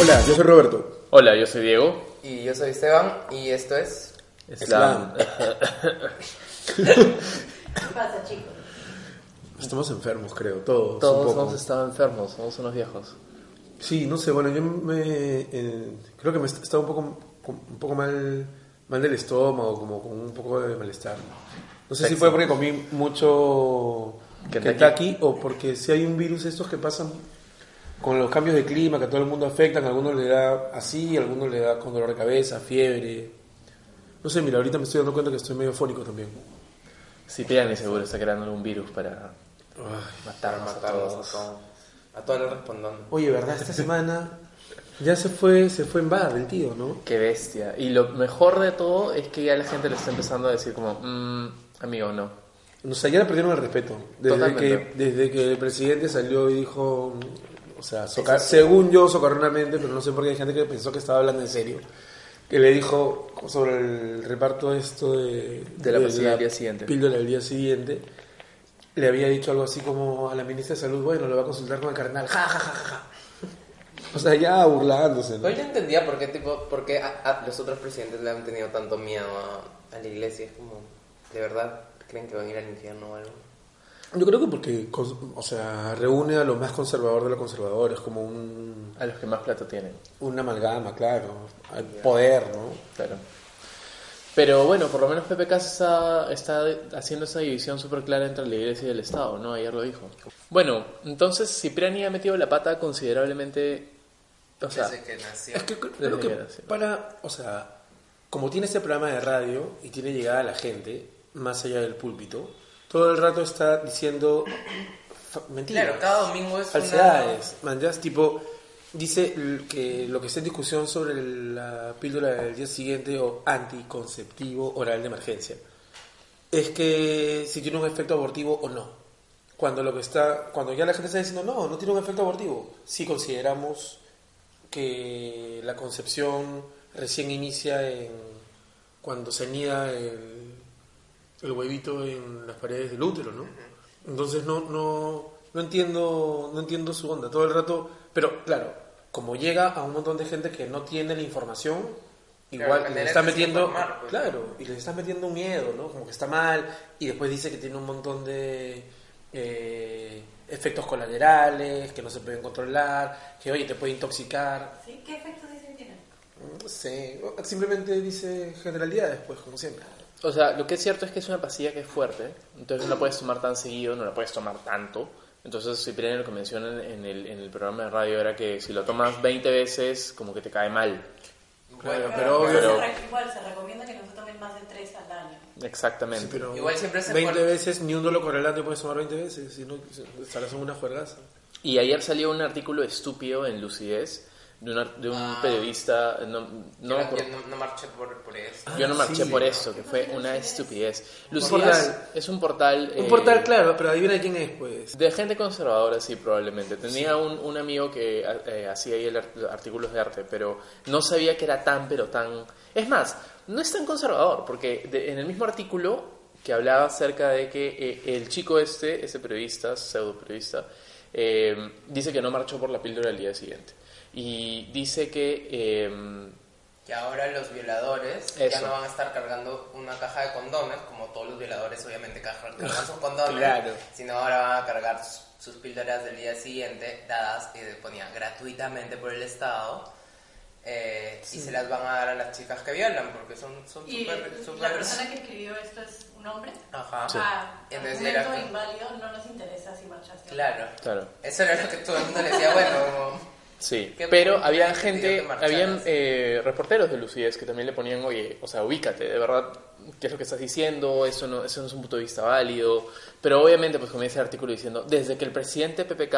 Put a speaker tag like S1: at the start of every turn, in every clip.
S1: Hola, yo soy Roberto.
S2: Hola, yo soy Diego.
S3: Y yo soy Esteban y esto es...
S1: Slam.
S4: ¿Qué pasa, chicos?
S1: Estamos enfermos, creo, todos. un
S2: Todos
S1: poco.
S2: hemos estado enfermos, somos unos viejos.
S1: Sí, no sé, bueno, yo me, eh, creo que me est- estaba un poco, un poco mal, mal del estómago, como con un poco de malestar. No sé si fue porque comí mucho
S2: Kentucky.
S1: Kentucky, o porque si hay un virus estos que pasan con los cambios de clima que a todo el mundo afectan, a alguno le da así, a alguno le da con dolor de cabeza, fiebre. No sé, mira, ahorita me estoy dando cuenta que estoy medio fónico también.
S2: Si Pirani seguro está creando algún virus para
S1: Ay.
S2: matarnos a
S3: matarnos
S2: todos.
S3: a todos. A todos los respondando.
S1: Oye, ¿verdad? Esta semana ya se fue, se fue en bar el tío, ¿no?
S2: Qué bestia. Y lo mejor de todo es que ya la gente le está empezando a decir como, "Mm, amigo, no.
S1: O sea, ya le perdieron el respeto. Desde que,
S2: Totalmente.
S1: desde que el presidente salió y dijo, o sea, soca- según yo, socarronamente, pero no sé por qué hay gente que pensó que estaba hablando en serio, que le dijo sobre el reparto esto de,
S2: De la pastilla del día siguiente.
S1: píldora del día siguiente, le había dicho algo así como a la ministra de Salud, bueno, lo va a consultar con el carnal, ja, ja, ja, ja, ja. O sea, ya burlándose, ¿no?
S3: No, yo entendía por qué, tipo, por qué a, a los otros presidentes le han tenido tanto miedo a, a la iglesia. Es como, ¿de verdad creen que van a ir al infierno o algo?
S1: Yo creo que porque, cons- o sea, reúne a lo más conservador de los conservadores, como un,
S2: A los que más plata tienen,
S1: una amalgama, claro, al poder, ¿no?
S2: claro. Pero bueno, por lo menos PPK está, está haciendo esa división súper clara entre la iglesia y el Estado, ¿no? Ayer lo dijo. Bueno, entonces Cipriani ha metido la pata considerablemente... O sea,
S3: Desde que nació.
S1: Es que cre- creo que
S2: Desde que-
S1: para, o sea, como tiene este programa de radio y tiene llegada a la gente, más allá del púlpito, todo el rato está diciendo fa- mentiras.
S3: Claro, cada domingo es una-
S1: falsedades. Man, ya es tipo, dice l- que lo que está en discusión sobre la píldora del día siguiente o anticonceptivo oral de emergencia es que si tiene un efecto abortivo o no. Cuando lo que está, cuando ya la gente está diciendo no, no tiene un efecto abortivo, si consideramos que la concepción recién inicia en cuando se anida el, el huevito en las paredes del útero, ¿no? Entonces no, no, no entiendo, no entiendo su onda todo el rato, pero claro, como llega a un montón de gente que no tiene la información,
S3: Claro,
S1: igual
S3: la
S1: le
S3: manera
S1: está
S3: que se
S1: metiendo,
S3: informar, pues.
S1: claro, Claro, y le estás metiendo un miedo, ¿no? Como que está mal, y después dice que tiene un montón de eh, efectos colaterales, que no se pueden controlar, que oye, te puede intoxicar.
S4: ¿Sí? ¿Qué efectos dicen tienen?
S1: No sé, simplemente dice generalidades, pues, como siempre.
S2: O sea, lo que es cierto es que es una pastilla que es fuerte, entonces no la puedes tomar tan seguido, no la puedes tomar tanto. Entonces, Cipriano lo que mencionan en el, en el programa de radio era que si lo tomas 20 veces, como que te cae mal.
S1: Claro,
S4: Claro,
S1: pero
S4: se
S1: obvio.
S2: pero-
S4: re- igual se recomienda que no se tomen más de tres al año.
S2: Exactamente.
S1: Sí, pero
S3: Igual siempre se
S1: 20
S3: pone-
S1: veces, ni un dolo correlante puedes tomar 20 veces, si no, estarás en una juergaza.
S2: Y ayer salió un artículo estúpido en Lucidez de un, ar- de un
S3: Ah.
S2: periodista, no, no
S3: No,
S2: me
S3: yo,
S2: acuerdo-
S3: no, no marché por, por eso.
S2: yo no
S1: Ah, sí.
S2: marché por eso, que fue una estupidez. Lucidez
S1: portal.
S2: es un portal...
S1: Un
S2: eh,
S1: portal, claro, pero adivina quién es, pues.
S2: De gente conservadora, sí, probablemente. Tenía un, un amigo que eh, hacía ahí el ar- artículos de arte, pero no sabía que era tan, pero tan... Es más, no es tan conservador, porque de- en el mismo artículo que hablaba acerca de que eh, el chico este, ese periodista, pseudo periodista, eh, dice que no marchó por la píldora el día siguiente. Y dice que... eh,
S3: Que ahora los violadores ya
S2: Eso.
S3: no van a estar cargando una caja de condones, como todos los violadores obviamente cargan cargan sus condones,
S1: Claro.
S3: sino ahora van a cargar sus, sus píldoras del día siguiente, dadas y ponía gratuitamente por el Estado, eh, y se las van a dar a las chicas que violan, porque son son
S4: Y
S3: súper...
S4: la
S3: súper-
S4: persona que escribió esto es un hombre.
S3: Ajá.
S4: Ah,
S3: Entonces
S4: argumento
S3: era-
S4: inválido, no nos interesa si marchaste.
S3: Claro.
S2: claro.
S3: Eso era lo que todo el mundo le decía, bueno, como-
S2: Sí,
S3: ¿Qué
S2: pero
S3: punto
S2: había
S3: de sentido
S2: gente,
S3: que marcharas?
S2: habían eh, reporteros de Lucidez que también le ponían, oye, o sea, ubícate, de verdad, ¿qué es lo que estás diciendo? Eso no, eso no es un punto de vista válido. Pero obviamente, pues comienza el artículo diciendo, desde que el presidente PPK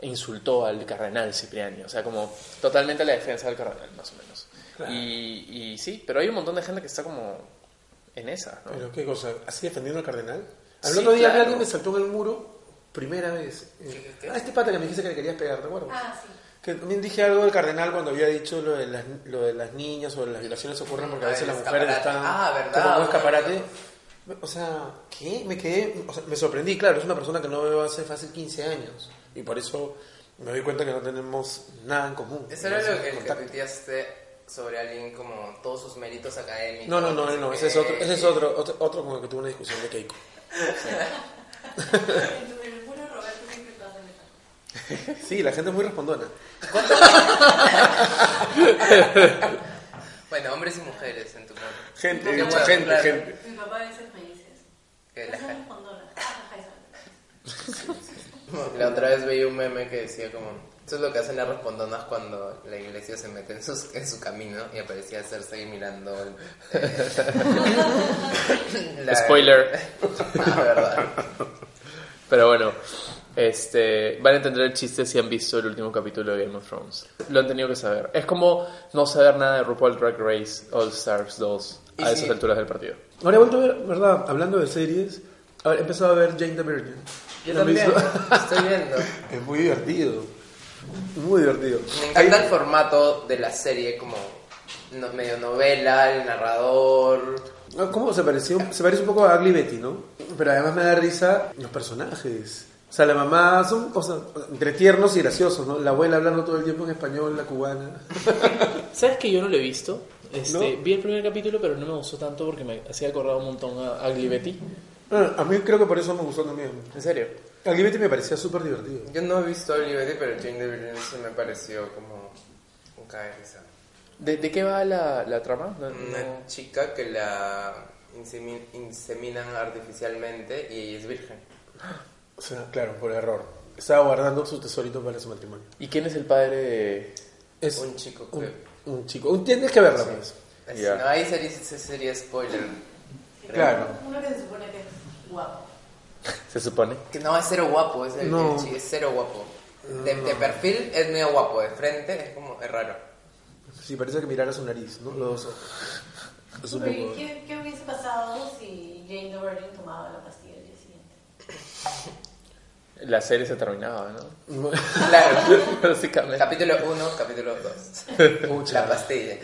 S2: insultó al cardenal Cipriani, o sea, como totalmente la defensa del cardenal, más o menos.
S1: Claro.
S2: Y, y sí, pero hay un montón de gente que está como en esa, ¿no?
S1: Pero qué cosa, así defendiendo al cardenal. Al
S2: Sí,
S1: otro día
S2: claro.
S1: alguien me saltó en el muro, primera vez. Eh,
S3: ¿Qué, qué, qué?
S1: Ah, este pata que me dijiste que le querías pegar, ¿te acuerdas?
S4: Ah, sí.
S1: Que también dije algo del cardenal cuando había dicho lo de las, lo de las niñas o de las violaciones ocurren porque a
S3: Ah,
S1: veces
S3: el
S1: las mujeres
S3: escaparate.
S1: están
S3: Ah, ¿verdad?
S1: como un escaparate. O sea, ¿qué? Me quedé, o sea, me sorprendí, claro, es una persona que no veo hace fácil 15 años y por eso Me doy cuenta que no tenemos nada en común.
S3: Eso era lo que, el que
S1: Contacto.
S3: tuiteaste sobre alguien como todos sus méritos académicos.
S1: No, no, no, no,
S3: sé
S1: no,
S3: qué.
S1: ese es otro, ese es otro, otro, otro con el que tuve una discusión de Keiko.
S4: En tu- en el muro Roberto siempre pasa metal.
S1: Sí, la gente es muy respondona.
S3: Bueno, hombres y mujeres en tu mundo.
S1: Gente,
S3: Qué
S1: mucha
S3: bueno,
S1: gente,
S3: claro.
S1: gente.
S4: Mi papá a veces me dice eso.
S3: Que la
S4: Pero son
S3: gente-
S4: respondonas. Ajá, y son-
S3: La otra vez veía un meme que decía como, eso es lo que hacen las respondonas cuando la iglesia se mete en, sus- en su camino y aparecía Cersei mirando el... eh, la-
S2: Spoiler.
S3: Ah, verdad.
S2: Pero bueno, este, van a entender el chiste si han visto el último capítulo de Game of Thrones. Lo han tenido que saber. Es como no saber nada de RuPaul Drag Race All Stars 2
S3: Y
S2: a
S3: sí.
S2: esas alturas del partido.
S1: Ahora he vuelto a ver, ¿verdad? Hablando de series, a ver, he empezado a ver Jane the Virgin.
S3: Yo
S1: ¿Lo han
S3: también,
S1: visto?
S3: estoy viendo.
S1: Es muy divertido. Muy divertido.
S3: Me encanta
S1: Hay-
S3: el formato de la serie como no- medio novela, el narrador.
S1: No, Ah, ¿Cómo se pareció? Se parece un poco a Ugly Betty, ¿no? Pero además me da risa los personajes. O sea, la mamá son cosas entre tiernos y graciosos, ¿no? La abuela hablando todo el tiempo en español, la cubana.
S2: ¿Sabes que yo no lo he visto? Este,
S1: ¿No?
S2: Vi el primer capítulo, pero no me gustó tanto porque me hacía acordar un montón a Ugly Betty.
S1: Bueno, Ah, a mí creo que por eso me gustó también.
S2: ¿En serio?
S1: Ugly Betty me parecía súper divertido.
S3: Yo no he visto a Liberty, pero Jane the Virgin sí me pareció como un cae risa.
S2: ¿De, de qué va la, la trama? No- no-
S3: Una chica que la insemi- inseminan artificialmente y ella es virgen.
S1: O sea, claro, por error. Estaba guardando su tesorito para su matrimonio.
S2: ¿Y quién es el padre de...?
S1: Es
S3: Un chico
S1: Un,
S3: que-
S1: un chico. Un, tienes que verla, pues.
S3: Así,
S2: Ya.
S3: No, ahí sería, ese sería spoiler.
S1: Claro.
S4: Uno que se supone que es guapo.
S2: Se supone.
S3: Que no, es cero guapo, es, el,
S1: No. Ah.
S3: el chi- es cero guapo. De, de perfil es medio guapo, de frente es como, es raro.
S1: Sí, parece que mirara su nariz, ¿no? Los dos ojos. Es un
S4: Pero, ¿y
S1: poco-
S4: ¿Qué, ¿Qué hubiese pasado si Jane the Virgin tomaba la pastilla el día siguiente?
S2: La serie se terminaba, ¿no?
S3: Claro.
S2: Básicamente.
S3: capítulo 1, capítulo 2.
S1: Pucha.
S3: La pastilla.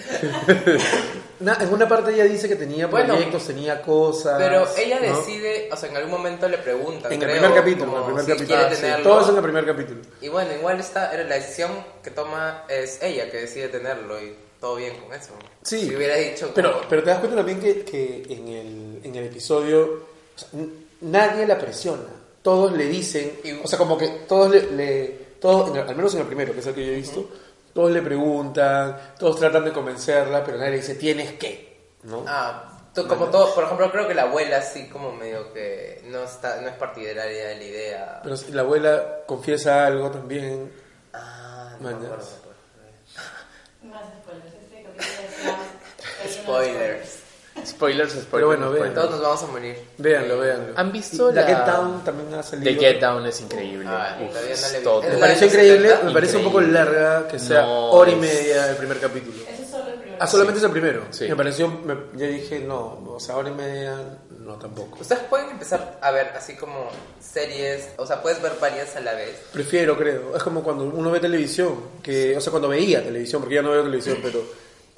S1: Na- en una parte ella dice que tenía
S3: Bueno,
S1: proyectos, tenía cosas.
S3: Pero ella
S1: Ah, ¿no?
S3: decide, o sea, en algún momento le preguntan.
S1: En el
S3: creo,
S1: primer capítulo, en
S3: como
S1: el primer
S3: si
S1: capítulo.
S3: quiere
S1: Ah, sí,
S3: tenerlo.
S1: Todo es en el primer capítulo.
S3: Y bueno, igual esta era la decisión que toma es ella que decide tenerlo y todo bien con eso.
S1: Sí.
S3: Si hubiera dicho,
S1: Pero,
S3: como,
S1: pero te das cuenta también que, que en, el, en el episodio o sea, n- nadie la presiona. Todos le dicen,
S3: Y-
S1: o sea, como que todos le, le- todos, en el- al menos en el primero, que es el que yo he visto, todos le preguntan, todos tratan de convencerla, pero nadie le dice, tienes que, ¿no?
S3: ah, tú- como todo, por ejemplo, creo que la abuela sí como medio que no está, no es partidaria de la idea.
S1: Pero si la abuela confiesa algo también.
S3: Ah, no me
S1: Mañas.
S3: acuerdo, me acuerdo.
S4: Más spoilers. Este capítulo decía. relleno de
S3: Spoilers.
S2: Spoilers, spoilers.
S1: Pero bueno, vean.
S2: spoilers.
S3: Todos nos vamos a morir.
S1: Véanlo,
S3: Eh,
S1: véanlo.
S2: ¿Han visto
S1: la
S2: la-
S1: Get Down también ha salido?
S2: The Get Down es increíble.
S3: Ah,
S2: Uf,
S3: todavía no
S2: es
S3: la he
S2: todo.
S3: visto.
S1: Me
S3: Es
S1: pareció
S3: la del
S1: increíble, me
S3: 70.
S1: parece un poco
S2: Increíble.
S1: larga que sea
S2: No,
S1: hora y
S2: es-
S1: media el primer capítulo.
S4: Eso es solo el primero.
S1: Ah, solamente es el primero.
S2: Sí.
S1: Me pareció, me, yo dije, no, o sea, hora y media, no tampoco.
S3: Ustedes pueden empezar a ver así como series, o sea, puedes ver varias a la vez.
S1: Prefiero, creo. Es como cuando uno ve televisión, que, o sea, cuando veía televisión, porque ya no veo televisión, pero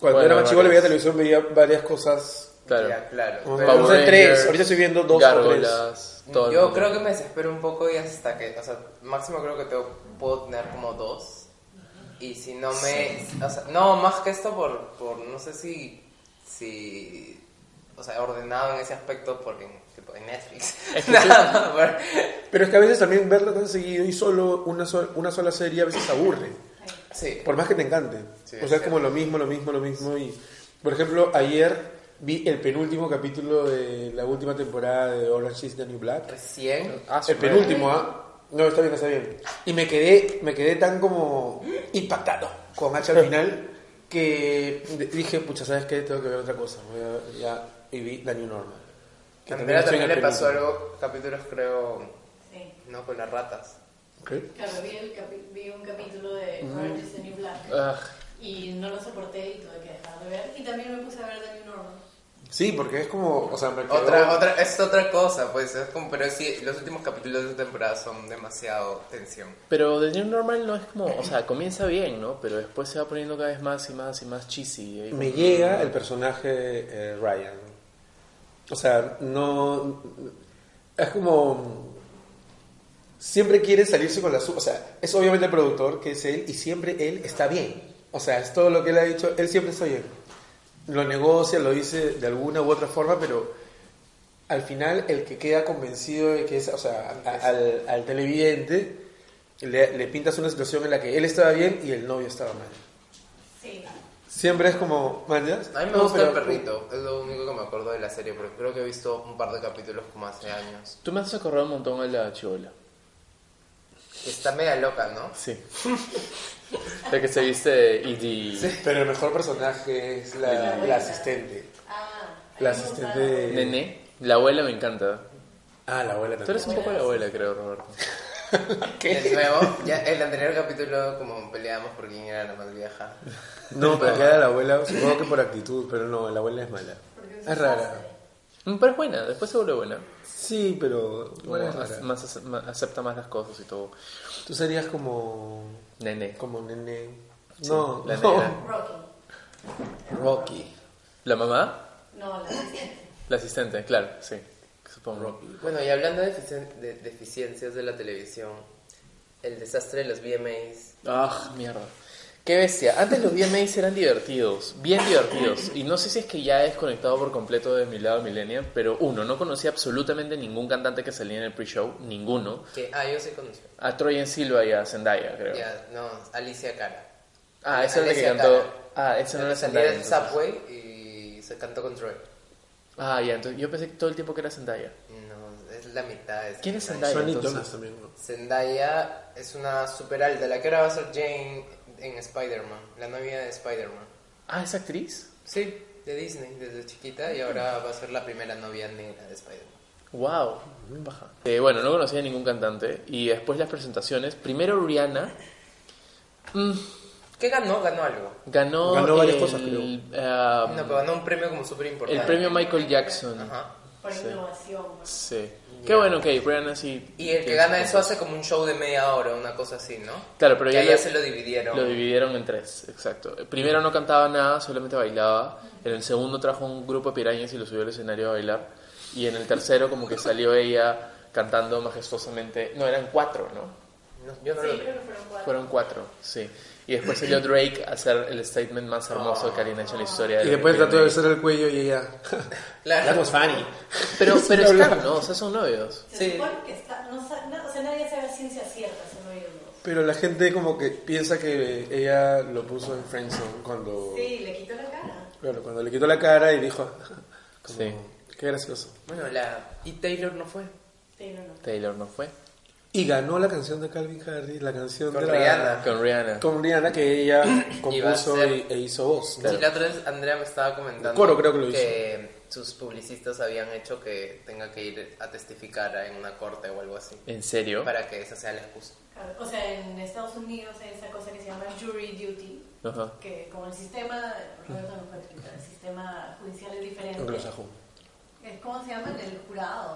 S1: cuando
S2: Bueno,
S1: era más chico le veía
S2: varias.
S1: televisión, veía varias cosas.
S2: Claro.
S3: Ya, claro.
S1: Vamos
S3: Pero-
S1: a ver. tres, ahorita estoy viendo dos o
S2: Gárgolas, todo el
S3: Yo
S2: mundo.
S3: creo que me desespero un poco y hasta que, o sea, máximo creo que tengo- puedo tener como dos. Y si no me, o sea, no, más que esto por, por no sé si, si, o sea, ordenado en ese aspecto porque en, tipo, en Netflix. Nada más, pero-
S1: Pero es que a veces también verlo tan seguido y solo una, sol- una sola serie a veces aburre.
S3: sí.
S1: Por más que te encante.
S3: Sí,
S1: o sea, es
S3: es
S1: como lo mismo, lo mismo, lo mismo. Y, por ejemplo, ayer vi el penúltimo capítulo de la última temporada de Orange is the New Black.
S3: Recién.
S2: Ah, su
S1: el
S2: madre.
S1: penúltimo, ¿ah? No, está bien, está bien. Y me quedé, me quedé tan como impactado con H al final que de- dije, pucha, ¿sabes qué? Tengo que ver otra cosa. Voy a ver ya y vi la New Normal. Que
S3: A Andrea
S1: estoy en
S3: también
S1: el
S3: le pasó
S1: penúltimo.
S3: algo, capítulos creo,
S4: Sí.
S3: no con las ratas.
S1: ¿Qué?
S4: Claro, vi, el capi- vi un capítulo de Orange is the New Black.
S2: Ah,
S4: Y no lo soporté y tuve que dejar de ver. Y también me puse a ver The New Normal.
S1: Sí, porque es como, o sea, me quedó-
S3: Otra, otra, es otra cosa, pues, es como, pero sí, los últimos capítulos de esta temporada son demasiado tensión.
S2: pero The New Normal no es como, o sea, comienza bien, ¿no? Pero después se va poniendo cada vez más y más y más cheesy. ahí como-
S1: Me llega el personaje eh, Ryan. O sea, no. Es como. siempre quiere salirse con la suya. O sea, es obviamente el productor, que es él, y siempre él está bien. O sea, es todo lo que él ha dicho, él siempre está bien. Lo negocia, lo dice de alguna u otra forma, pero al final el que queda convencido de que es, o sea, a- al, al televidente le, le pintas una situación en la que él estaba bien y el novio estaba mal.
S4: Sí.
S1: Siempre es como, ¿mañas?
S3: A mí me
S1: No,
S3: gusta
S1: pero-
S3: el perrito,
S2: uh.
S3: es lo único que me acuerdo de la serie, porque creo que he visto un par de capítulos como hace años.
S2: Tú me has acordado un montón a la chivola.
S3: Está media loca, ¿no?
S2: Sí. la que se viste de ED.
S1: Pero el mejor personaje es la, la asistente.
S4: Ah.
S1: La
S4: ahí me gusta.
S1: asistente de-
S2: Nene. La abuela me encanta.
S1: Ah, la abuela
S2: Tú
S1: también.
S2: eres un poco la abuela, creo, Roberto.
S3: De nuevo, ya el anterior capítulo como peleábamos por quién era la más vieja.
S1: No, pero queda la abuela, supongo que por actitud, pero no, la abuela es mala.
S4: Porque
S1: Es rara.
S2: Mm, Pero es buena, después se vuelve buena.
S1: Sí, pero
S2: Como
S1: bueno, es
S2: ac-
S1: rara.
S2: más ace- ma- acepta más las cosas y todo.
S1: Tú serías como
S2: Nene.
S1: como nene. No,
S2: la
S1: no.
S2: nena.
S4: Rocky.
S1: Rocky.
S2: La mamá,
S4: No, la asistente.
S2: la asistente, claro, sí. Supongo.
S3: Bueno, y hablando de, deficien- de deficiencias de la televisión, el desastre de los VMAs.
S2: Ah, mierda. Qué bestia. Antes los VMAs eran divertidos, bien divertidos. Y no sé si es que ya he desconectado por completo de mi lado millennial, pero uno, no conocía absolutamente ningún cantante que salía en el pre-show, ninguno.
S3: Que, ah, yo sí conocí.
S2: A Troy en Silva y a Zendaya, creo.
S3: Ya, no, Alicia Cara.
S2: Ah, esa era la que
S3: Alessia
S2: cantó.
S3: Cara.
S2: Ah, esa no era
S3: salía
S2: Zendaya.
S3: del
S2: entonces.
S3: Subway y se cantó con Troy.
S2: Ah, ya, entonces yo pensé que todo el tiempo que era Zendaya.
S3: No, es la mitad. Es
S2: ¿Quién es
S3: Zendaya?
S2: Zendaya?
S1: Son
S2: entonces.
S1: itonas también, ¿no?
S3: Zendaya es una super alta, la que ahora va a ser Jane en Spider-Man, la novia de Spider-Man.
S2: Ah, ¿es actriz?
S3: Sí, de Disney desde chiquita y ahora va a ser la primera novia negra de Spider-Man.
S2: Wow, baja. Eh, bueno, no conocía a ningún cantante. Y después las presentaciones. Primero Rihanna mm,
S3: ¿Qué ganó? Ganó algo.
S2: ganó,
S1: Ganó varias
S2: el,
S1: cosas, creo.
S2: ah,
S3: No, pero ganó un premio como súper importante.
S2: el premio Michael Jackson.
S3: Ajá.
S4: Por
S2: Sí.
S4: innovación.
S2: Sí. Qué bueno que Rihanna sí.
S3: Y el que
S2: tiene
S3: gana
S2: sus
S3: eso
S2: cosas.
S3: hace como un show de media hora, una cosa así, ¿no?
S2: Claro, pero
S3: Que
S2: ya
S3: ahí ya
S2: le-
S3: se lo dividieron.
S2: Lo dividieron en tres, exacto. Primero no cantaba nada, solamente bailaba. En el segundo trajo un grupo de pirañas y lo subió al escenario a bailar. Y en el tercero como que salió ella cantando majestuosamente. No, eran cuatro, ¿no?
S3: No, yo
S4: Sí,
S3: no lo
S4: creo
S3: vi.
S4: que fueron cuatro.
S2: Fueron cuatro, sí. Y después salió Drake a hacer el statement más hermoso que alguien ha hecho en la historia.
S1: Y
S2: de-
S1: después
S2: de-
S1: trató de besar el cuello y ella.
S3: Claro.
S1: That was funny.
S2: Pero, pero están, ¿no? O sea, son novios.
S4: Se
S3: Sí.
S4: supone que está, no, sa- no, o sea, nadie sabe a ciencia cierta si no hay dos.
S1: Pero la gente como que piensa que ella lo puso en friendzone cuando
S4: Sí, le quitó la cara.
S1: claro, cuando le quitó la cara y dijo como,
S2: Sí.
S1: qué gracioso.
S3: Bueno, la... Y Taylor no fue.
S4: Sí, no, no.
S2: Taylor no fue.
S1: Y ganó la canción de Calvin Harris, la canción
S3: Con
S1: de la-
S3: Rihanna.
S2: Con Rihanna.
S1: con Rihanna que ella
S3: Iba a
S1: compuso
S3: ser-
S1: y- e hizo voz. ¿no?
S3: Sí, la otra vez Andrea me estaba comentando
S1: El coro creo que lo
S3: sus publicistas habían hecho que tenga que ir a testificar en una corte o algo así.
S2: ¿En serio?
S3: Para que esa sea la excusa.
S4: Claro, O sea, en Estados Unidos hay esa cosa que se llama jury duty,
S2: Ajá.
S4: que como el sistema, Roberto nos puede explicar, el sistema judicial es diferente.
S1: Anglosajón.
S4: Es como se llama el jurado.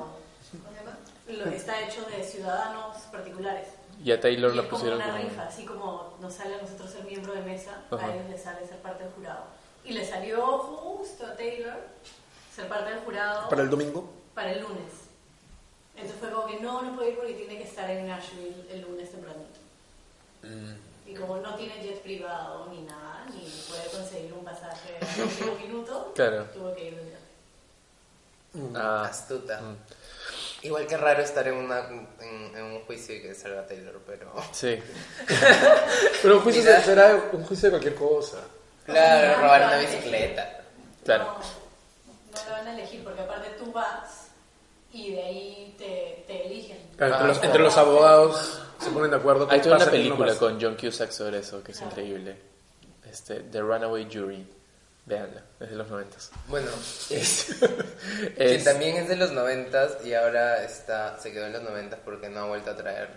S4: ¿Cómo se llama? Lo, está hecho de ciudadanos particulares.
S2: Y a Taylor
S4: Y
S2: la
S4: es como
S2: pusieron
S4: una
S2: como-
S4: rifa, así como nos sale a nosotros ser miembro de mesa,
S2: Ajá.
S4: a ellos les sale ser parte del jurado. Y le salió justo a Taylor ser parte del jurado
S1: Para el domingo.
S4: para el lunes. Entonces fue como que no, no puede ir porque tiene que estar en Nashville el lunes tempranito.
S2: Mm.
S4: Y como no tiene jet privado ni nada, ni puede conseguir un pasaje a último minuto,
S2: Claro.
S4: tuvo que ir de viaje.
S2: Ah,
S3: Astuta.
S2: Mm.
S3: Igual que raro estar en, una, en, en un juicio y que salga Taylor, pero...
S2: sí.
S1: Pero un juicio
S3: Mira.
S1: será un juicio de cualquier cosa.
S3: Claro, robar una bicicleta.
S2: Claro.
S4: No, no lo van a elegir porque aparte tú vas y de ahí te, te eligen.
S1: Claro,
S2: Ah,
S1: entre, los,
S2: claro.
S1: entre los abogados se ponen de acuerdo.
S2: Hay
S1: qué
S2: toda una
S1: pasa, qué no
S2: película
S1: pasa.
S2: con John Cusack sobre eso que es
S4: Ah.
S2: increíble. Este, The Runaway Jury. Veanla, es de los noventas.
S3: Bueno, que
S2: Es
S3: también es de los noventas y ahora está, se quedó en los noventas porque no ha vuelto a traer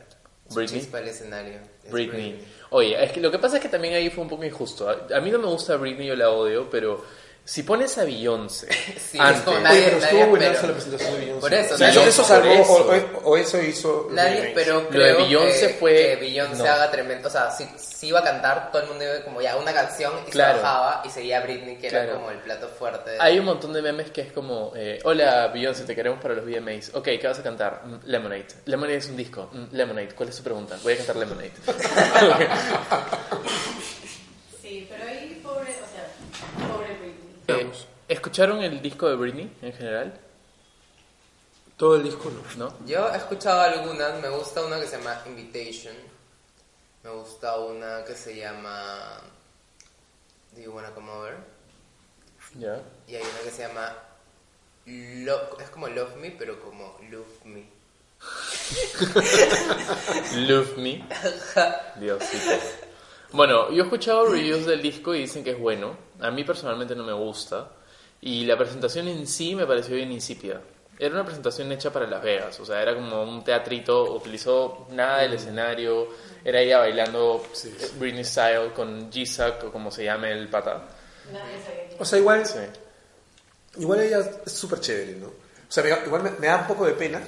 S3: su
S2: Britney.
S3: chispa al escenario. Es
S2: Britney. Oye, es que lo que pasa es que también ahí fue un poco injusto. A a mí no me gusta Britney, yo la odio, pero Si pones a Beyoncé
S3: Sí, es
S2: antes,
S3: como
S1: Oye,
S3: nadie,
S1: pero
S3: nadie
S1: estuvo buena
S3: esperó.
S1: la presentación de Beyoncé.
S3: Por eso,
S1: o sea,
S3: nadie-
S1: eso, eso
S2: por
S1: salvó,
S2: eso.
S1: O, o- o eso hizo. los
S3: Nadie
S1: remakes.
S3: esperó
S2: Lo de
S3: creo
S2: Beyoncé
S3: que,
S2: fue-
S3: que Beyoncé
S2: no.
S3: haga tremendo. O sea, si, si iba a cantar, todo el mundo iba como ya una canción y
S2: Claro.
S3: se bajaba y seguía Britney, que era
S2: Claro.
S3: como el plato fuerte. de-
S2: hay un montón de memes que es como, eh, hola Beyoncé, te queremos para los VMAs. Ok, ¿qué vas a cantar? Mm, Lemonade. Lemonade es un disco. Mm, Lemonade, ¿cuál es tu pregunta? Voy a cantar Lemonade.
S4: Sí, pero ahí pobre, o sea, pobre Britney.
S2: Eh, ¿Escucharon el disco de Britney en general?
S1: Todo el disco no.
S2: ¿No?
S3: Yo he escuchado algunas, me gusta una que se llama Invitation, me gusta una que se llama Do You Wanna Come Over,
S2: Ya.
S3: y hay una que se llama Love, es como Love Me, pero como Love Me.
S2: Love Me. Diosito. Bueno, yo he escuchado reviews del disco y dicen que es bueno. A mí personalmente no me gusta. Y la presentación en sí me pareció bien insípida. Era una presentación hecha para Las Vegas. O sea, era como un teatrito. Utilizó nada del escenario. Era ella bailando eh, Britney Style con G-Sack o como se llame el pata.
S4: Nadie sabía quién
S1: O sea, igual,
S2: Sí.
S1: igual ella es súper chévere, ¿no? O sea, me- igual me, me da un poco de pena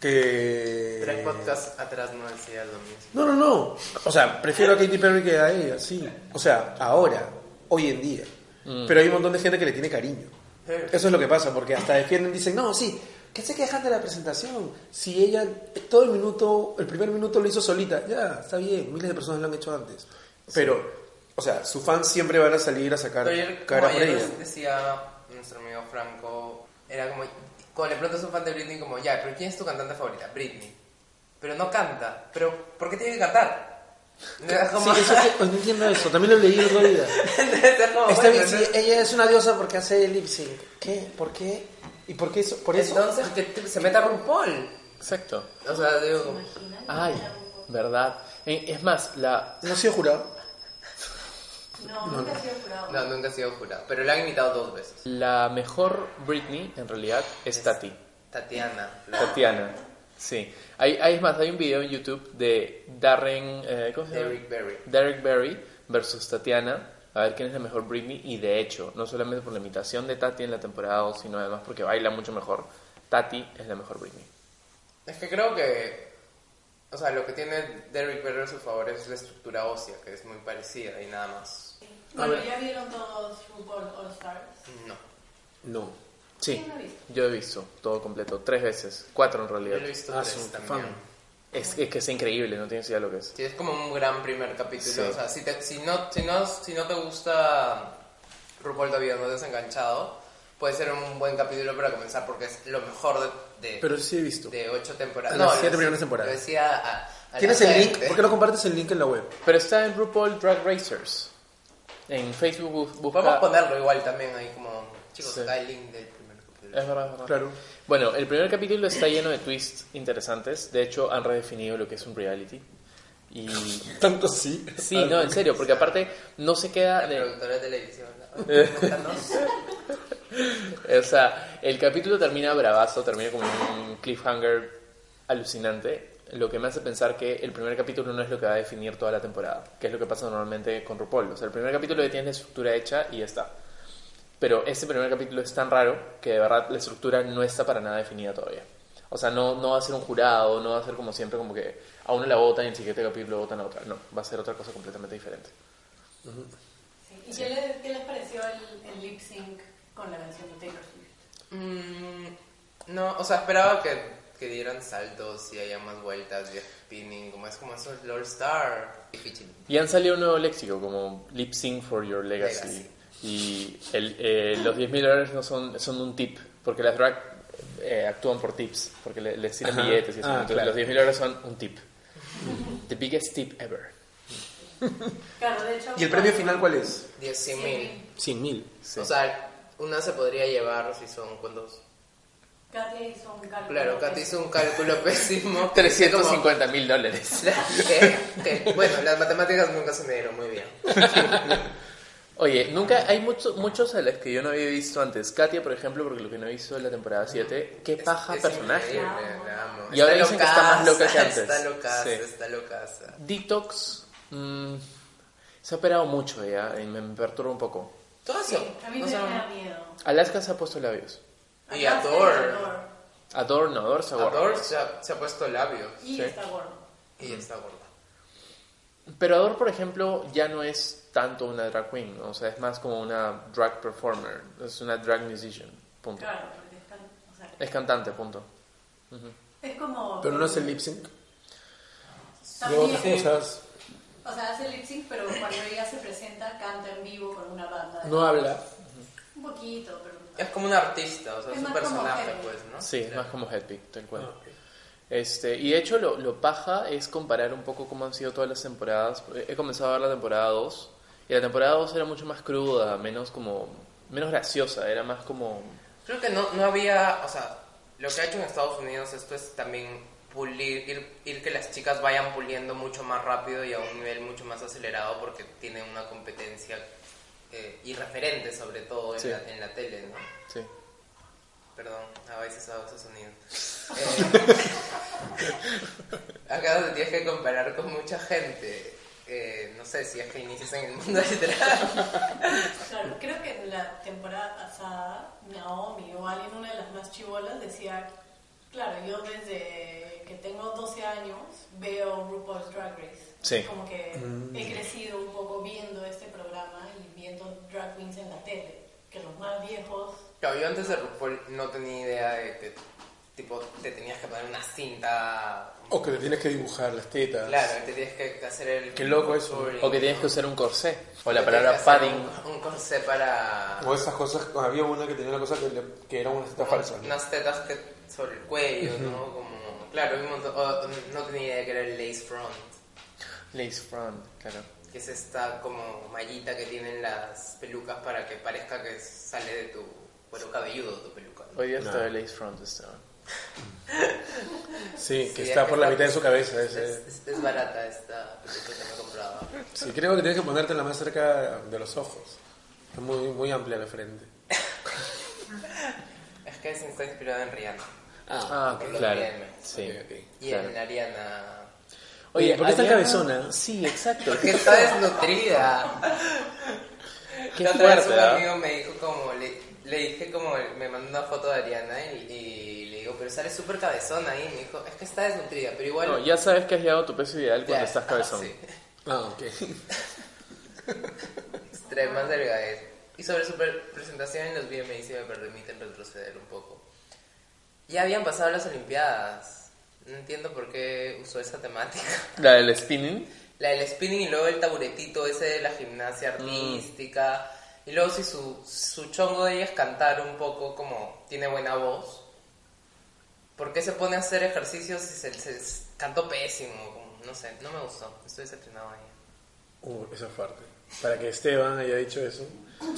S1: que.
S3: Tres podcasts atrás no decía lo mismo.
S1: No, no, no. O sea, prefiero a Katy Perry que a ella, sí. O sea, ahora, hoy en día.
S3: Mm.
S1: Pero hay un montón de gente que le tiene cariño. Eso es lo que pasa, porque hasta defienden, dicen, no, sí, que se quejan de la presentación. Si ella, todo el minuto, el primer minuto lo hizo solita, ya, está bien, miles de personas lo han hecho antes. Pero, o sea, sus fans siempre van a salir a sacar
S3: Pero ayer, como
S1: cara por
S3: ayer
S1: ella.
S3: nos decía nuestro amigo Franco, era como, cuando le preguntas a un fan de Britney, como, ya, pero ¿quién es tu cantante favorita? Britney. Pero no canta, pero ¿por qué tiene que cantar? Como-
S1: Sí, eso es que- pues, no entiendo eso, también lo leí el otro día.
S3: Entonces, como,
S1: Está
S3: bueno,
S1: bien, sí, ella es una diosa porque hace lip sync. ¿Qué? ¿Por qué? ¿Y por qué eso? Por eso?
S3: Entonces, que t- se meta RuPaul.
S2: Exacto.
S3: O sea,
S4: se
S3: digo,
S4: imagina.
S2: Ay, verdad. Eh, Es más, la...
S1: No ha sido jurado.
S4: No, nunca ha sido jurado.
S3: no, nunca ha sido jurado, pero la han invitado dos veces.
S2: La mejor Britney, en realidad, es Tati.
S3: Tatiana. la-
S2: Tatiana. Sí. Hay, hay es más, hay un video en YouTube de Darren... eh, ¿Cómo se llama?
S3: Derrick Barry.
S2: Derek Barry versus Tatiana. A ver quién es la mejor Britney. Y de hecho, no solamente por la imitación de Tati en la temporada 2, sino además porque baila mucho mejor. Tati es la mejor Britney.
S3: Es que creo que, o sea, lo que tiene Derrick Barry a su favor es la estructura ósea, que es muy parecida y nada más.
S4: Bueno, ya vieron todos RuPaul All Stars.
S3: No.
S1: No.
S2: Sí,
S4: ¿Quién lo ha visto?
S2: yo he visto todo completo. Tres veces. Cuatro en
S3: Yo lo
S2: realidad.
S3: he visto
S1: Ah,
S3: tres
S1: su
S3: también.
S1: fan.
S2: Es, es que es increíble, no tienes idea lo que es.
S3: Sí, es como un gran primer capítulo.
S2: Sí.
S3: O sea, si, te- si, no, si, no, si no te gusta RuPaul todavía, no te has enganchado, puede ser un buen capítulo para comenzar porque es lo mejor de, de,
S1: Pero sí he visto.
S3: de ocho temporadas.
S1: A las
S3: No,
S1: siete
S3: lo
S1: primeras
S3: decí-
S1: temporadas.
S3: lo decía a- a la
S1: ¿Tienes el link?
S3: gente.
S1: ¿Por qué no compartes el link en la web?
S2: Pero está en RuPaul Drag Racers. En Facebook bu- busca...
S3: Podemos ponerlo igual también ahí como... Chicos,
S2: Sí.
S3: acá el link del primer capítulo.
S2: Es verdad, es verdad.
S1: Claro.
S2: Bueno, el primer capítulo está lleno de twists interesantes. De hecho, han redefinido lo que es un reality. Y
S1: Tanto sí.
S2: sí, no, en serio, porque aparte no se queda.
S3: La
S2: de- Eh.
S3: productora de televisión. ¿no? Cuéntanos.
S2: o sea, el capítulo termina bravazo, termina como un cliffhanger alucinante. Lo que me hace pensar que el primer capítulo no es lo que va a definir toda la temporada, que es lo que pasa normalmente con RuPaul. O sea, el primer capítulo ya tiene la estructura hecha y ya está. Pero este primer capítulo es tan raro que de verdad la estructura no está para nada definida todavía. O sea, no, no va a ser un jurado, no va a ser como siempre, como que a uno la votan y en el siguiente capítulo votan a otra. No, va a ser otra cosa completamente diferente.
S4: Sí. ¿Y qué, les, qué les pareció el, el lip sync con la canción de Taylor Swift?
S3: Mm, no, o sea, esperaba que, que dieran saltos y haya más vueltas de spinning, como es como eso es Lord Star. Difícil.
S2: Y han salido un nuevo léxico como Lip Sync for Your Legacy.
S3: Legacy.
S2: Y el- eh, los 10 mil dólares no son, son un tip, porque las drag eh, actúan por tips, porque le- les tiran
S1: Ajá.
S2: billetes y eso.
S1: Ah,
S2: Entonces,
S1: claro.
S2: Los 10 mil dólares son un tip. The biggest tip ever.
S4: Claro, de hecho.
S1: ¿Y el premio final cuál es?
S3: 10 mil.
S4: Sí.
S1: 100 mil.
S2: Sí.
S3: O sea, una se podría llevar si son cuántos.
S4: Katia hizo un cálculo.
S3: Claro, Katy hizo un cálculo pésimo.
S2: 350 mil dólares.
S3: Que- que- bueno, las matemáticas nunca se me dieron muy bien.
S2: Oye, nunca hay muchos muchos a las que yo no había visto antes. Katia, por ejemplo, porque lo que no hizo en la temporada 7, qué
S3: Es-
S2: paja
S3: es
S2: personaje.
S3: increíble, la amo.
S2: Y ahora dicen que está más loca que
S3: locaza,
S2: antes.
S3: Está loca,
S2: Sí.
S3: está loca.
S2: Detox mm, se ha operado mucho ya y me, me perturba un poco.
S3: Todo
S4: Sí,
S3: eso.
S4: a mí
S3: no
S4: me
S3: son-
S4: da miedo.
S2: Alaska se ha puesto labios.
S3: Y
S4: Acá está
S3: Adore.
S4: Adore.
S2: Adorno, no, Ador se
S3: A
S2: guarda.
S3: Dor se ha, se ha puesto labios
S4: Y
S2: Sí.
S4: está gordo.
S3: y está gorda.
S2: Pero Ador, por ejemplo, ya no es tanto una drag queen, ¿no? o sea, es más como una drag performer, es una drag musician, punto.
S4: Claro, porque está. O sea,
S2: Es cantante, punto. Ujú.
S4: es como.
S1: Pero no es el lip sync. Luego
S4: También-
S1: otras cosas.
S4: O sea, hace lip sync, pero cuando ella se presenta, canta en vivo con una banda.
S1: No habla.
S4: Un poquito, pero.
S3: Es como un artista, o sea,
S4: Es
S3: es, un
S4: más como
S3: personaje,
S4: Henry.
S3: pues, ¿no?
S2: Sí, es
S3: Claro.
S2: más como headpick, tal cual.
S1: Ah, ok.
S2: Este, y de hecho lo, lo paja es comparar un poco cómo han sido todas las temporadas. He comenzado a ver la temporada 2 y la temporada 2 era mucho más cruda, menos como menos graciosa, era más como
S3: Creo que no, no había, o sea, lo que ha hecho en Estados Unidos esto es también pulir, ir, ir que las chicas vayan puliendo mucho más rápido y a un nivel mucho más acelerado porque tienen una competencia eh, y referente sobre todo en,
S2: Sí.
S3: la, en la tele, ¿no?
S2: sí.
S3: Perdón, a veces hago esos sonidos. Eh, acá te tienes que comparar con mucha gente. Eh, no sé si es que inicias en el mundo literal.
S4: Claro, creo que en la temporada pasada, Naomi o alguien, una de las más chivolas, decía: Claro, yo desde que tengo 12 años veo RuPaul's Drag Race.
S2: Sí.
S4: Como que he crecido un poco viendo este programa y viendo drag queens en la tele. Que los más viejos.
S3: Claro, yo antes de RuPaul no tenía idea de que tipo, te tenías que poner una cinta.
S1: O que le tienes que dibujar las tetas.
S3: Claro, te tienes que hacer el.
S1: Qué loco eso.
S3: el-
S2: O que tienes que usar un corsé o la
S3: te tienes
S2: palabra
S3: que hacer
S2: padding.
S3: Un, un corsé para.
S1: O esas cosas, había una que tenía una cosa que, le- que era una teta falsa. ¿no?
S3: Unas tetas que sobre el cuello, ¿no? Como. Claro, un montón- o, no tenía idea de que era el lace front.
S2: Lace front, claro.
S3: que es esta como mallita que tienen las pelucas para que parezca que sale de tu cuero cabelludo tu peluca. ¿no?
S2: Hoy día
S1: No.
S2: está el lace front estaba.
S1: Sí, que
S3: Sí,
S1: está
S3: es
S1: por la mitad de su cabeza.
S3: Es,
S1: Ese.
S3: es- es barata esta peluca que me he comprado.
S1: Sí, creo que tienes que ponértela más cerca de los ojos. Es muy, muy amplia la frente.
S3: Es que se está inspirada en Rihanna.
S2: Ah,
S3: por los
S2: claro.
S3: DMs.
S2: Sí.
S1: Ok, ok.
S3: Y en Ariana.
S1: Oye, ¿por qué está
S2: Ariana-
S1: cabezona?
S2: Sí, exacto.
S3: Porque está desnutrida.
S2: ¿ah? Qué
S3: La otra vez
S2: fuerte, ¿ah?
S3: un amigo me dijo como. Le, le dije como. Me mandó una foto de Ariana y, y le digo, pero sale súper cabezona ahí. Me dijo, es que está desnutrida, pero igual.
S2: No, ya sabes que has llegado a tu peso ideal
S3: Ya,
S2: cuando estás cabezón.
S3: sí.
S1: Ah, ok.
S3: Extremas delgadez. Y sobre su pre- presentación en los VMAs, si me permiten retroceder un poco. Ya habían pasado las Olimpiadas. No entiendo por qué usó esa temática.
S2: La del spinning.
S3: La del spinning y luego el taburetito ese de la gimnasia
S2: Mm.
S3: artística. Y luego si su, su chongo de ella es cantar un poco como tiene buena voz. ¿Por qué se pone a hacer ejercicios si se, se- se- cantó pésimo? Como, No sé, no me gustó. Estoy decepcionado ahí.
S1: Uh, eso es fuerte. Para que Esteban haya dicho eso.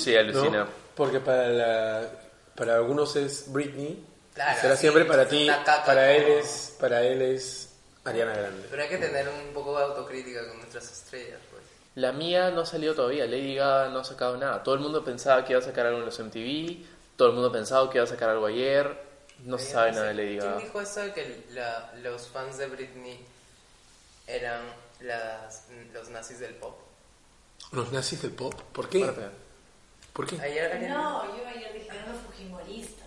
S2: Sí,
S1: ¿no?
S2: alucina.
S1: Porque para, la- para algunos es Britney.
S3: Claro,
S1: será
S3: sí,
S1: siempre para
S3: es
S1: ti.
S3: una caca
S1: Para él,
S3: como-
S1: es, para él es Ariana Grande.
S3: Pero hay
S2: Mm.
S3: que tener un poco de autocrítica con nuestras estrellas, pues.
S2: La mía no ha salido todavía, Lady Gaga no ha sacado nada. Todo el mundo pensaba que iba a sacar algo en los MTV, todo el mundo pensaba que iba a sacar algo ayer, no se sabe nada de Lady Gaga.
S3: ¿Quién dijo eso de que la- los fans de Britney eran las- los nazis del pop?
S1: ¿Los nazis del pop? ¿Por qué?
S2: Fuerte.
S1: ¿Por qué?
S3: Ayer, ayer-
S4: No, yo ayer dije: eran los Fujimoristas.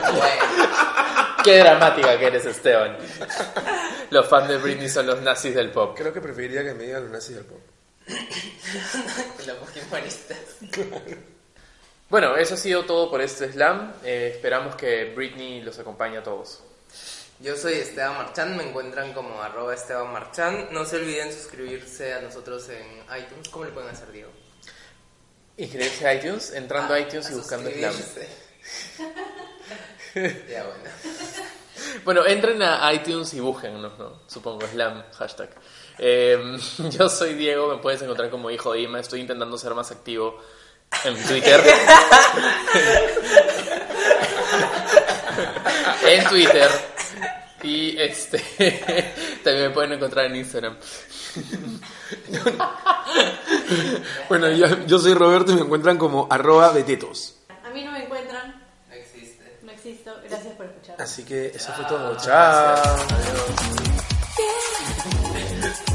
S3: Bueno,
S2: Qué dramática que eres, Esteban. Los fans de Britney son los nazis del pop.
S1: Creo que preferiría que me digan los nazis del pop.
S3: los fujimoristas.
S2: Bueno, eso ha sido todo por este slam. Eh, esperamos que Britney los acompañe a todos.
S3: Yo soy Esteban Marchán, me encuentran como arroba Esteban Marchán. No se olviden suscribirse a nosotros en iTunes. ¿Cómo le pueden hacer, Diego?
S2: Inscribirse a iTunes, entrando a iTunes y buscando slam.
S3: suscribirse. ya, bueno.
S2: Bueno, entren a iTunes y búsquennos, ¿no? Supongo, slam, hashtag. Eh, yo soy Diego, me puedes encontrar como hijo de Ima, estoy intentando ser más activo en Twitter. en Twitter. Y este también me pueden encontrar en Instagram.
S1: Bueno, yo, yo soy Roberto y me encuentran como arroba betetos.
S4: A mí no me encuentran,
S3: No existe.
S4: no existo. Gracias por
S3: Ah,
S4: escuchar.
S1: Así que eso fue todo. Chao.
S3: Adiós.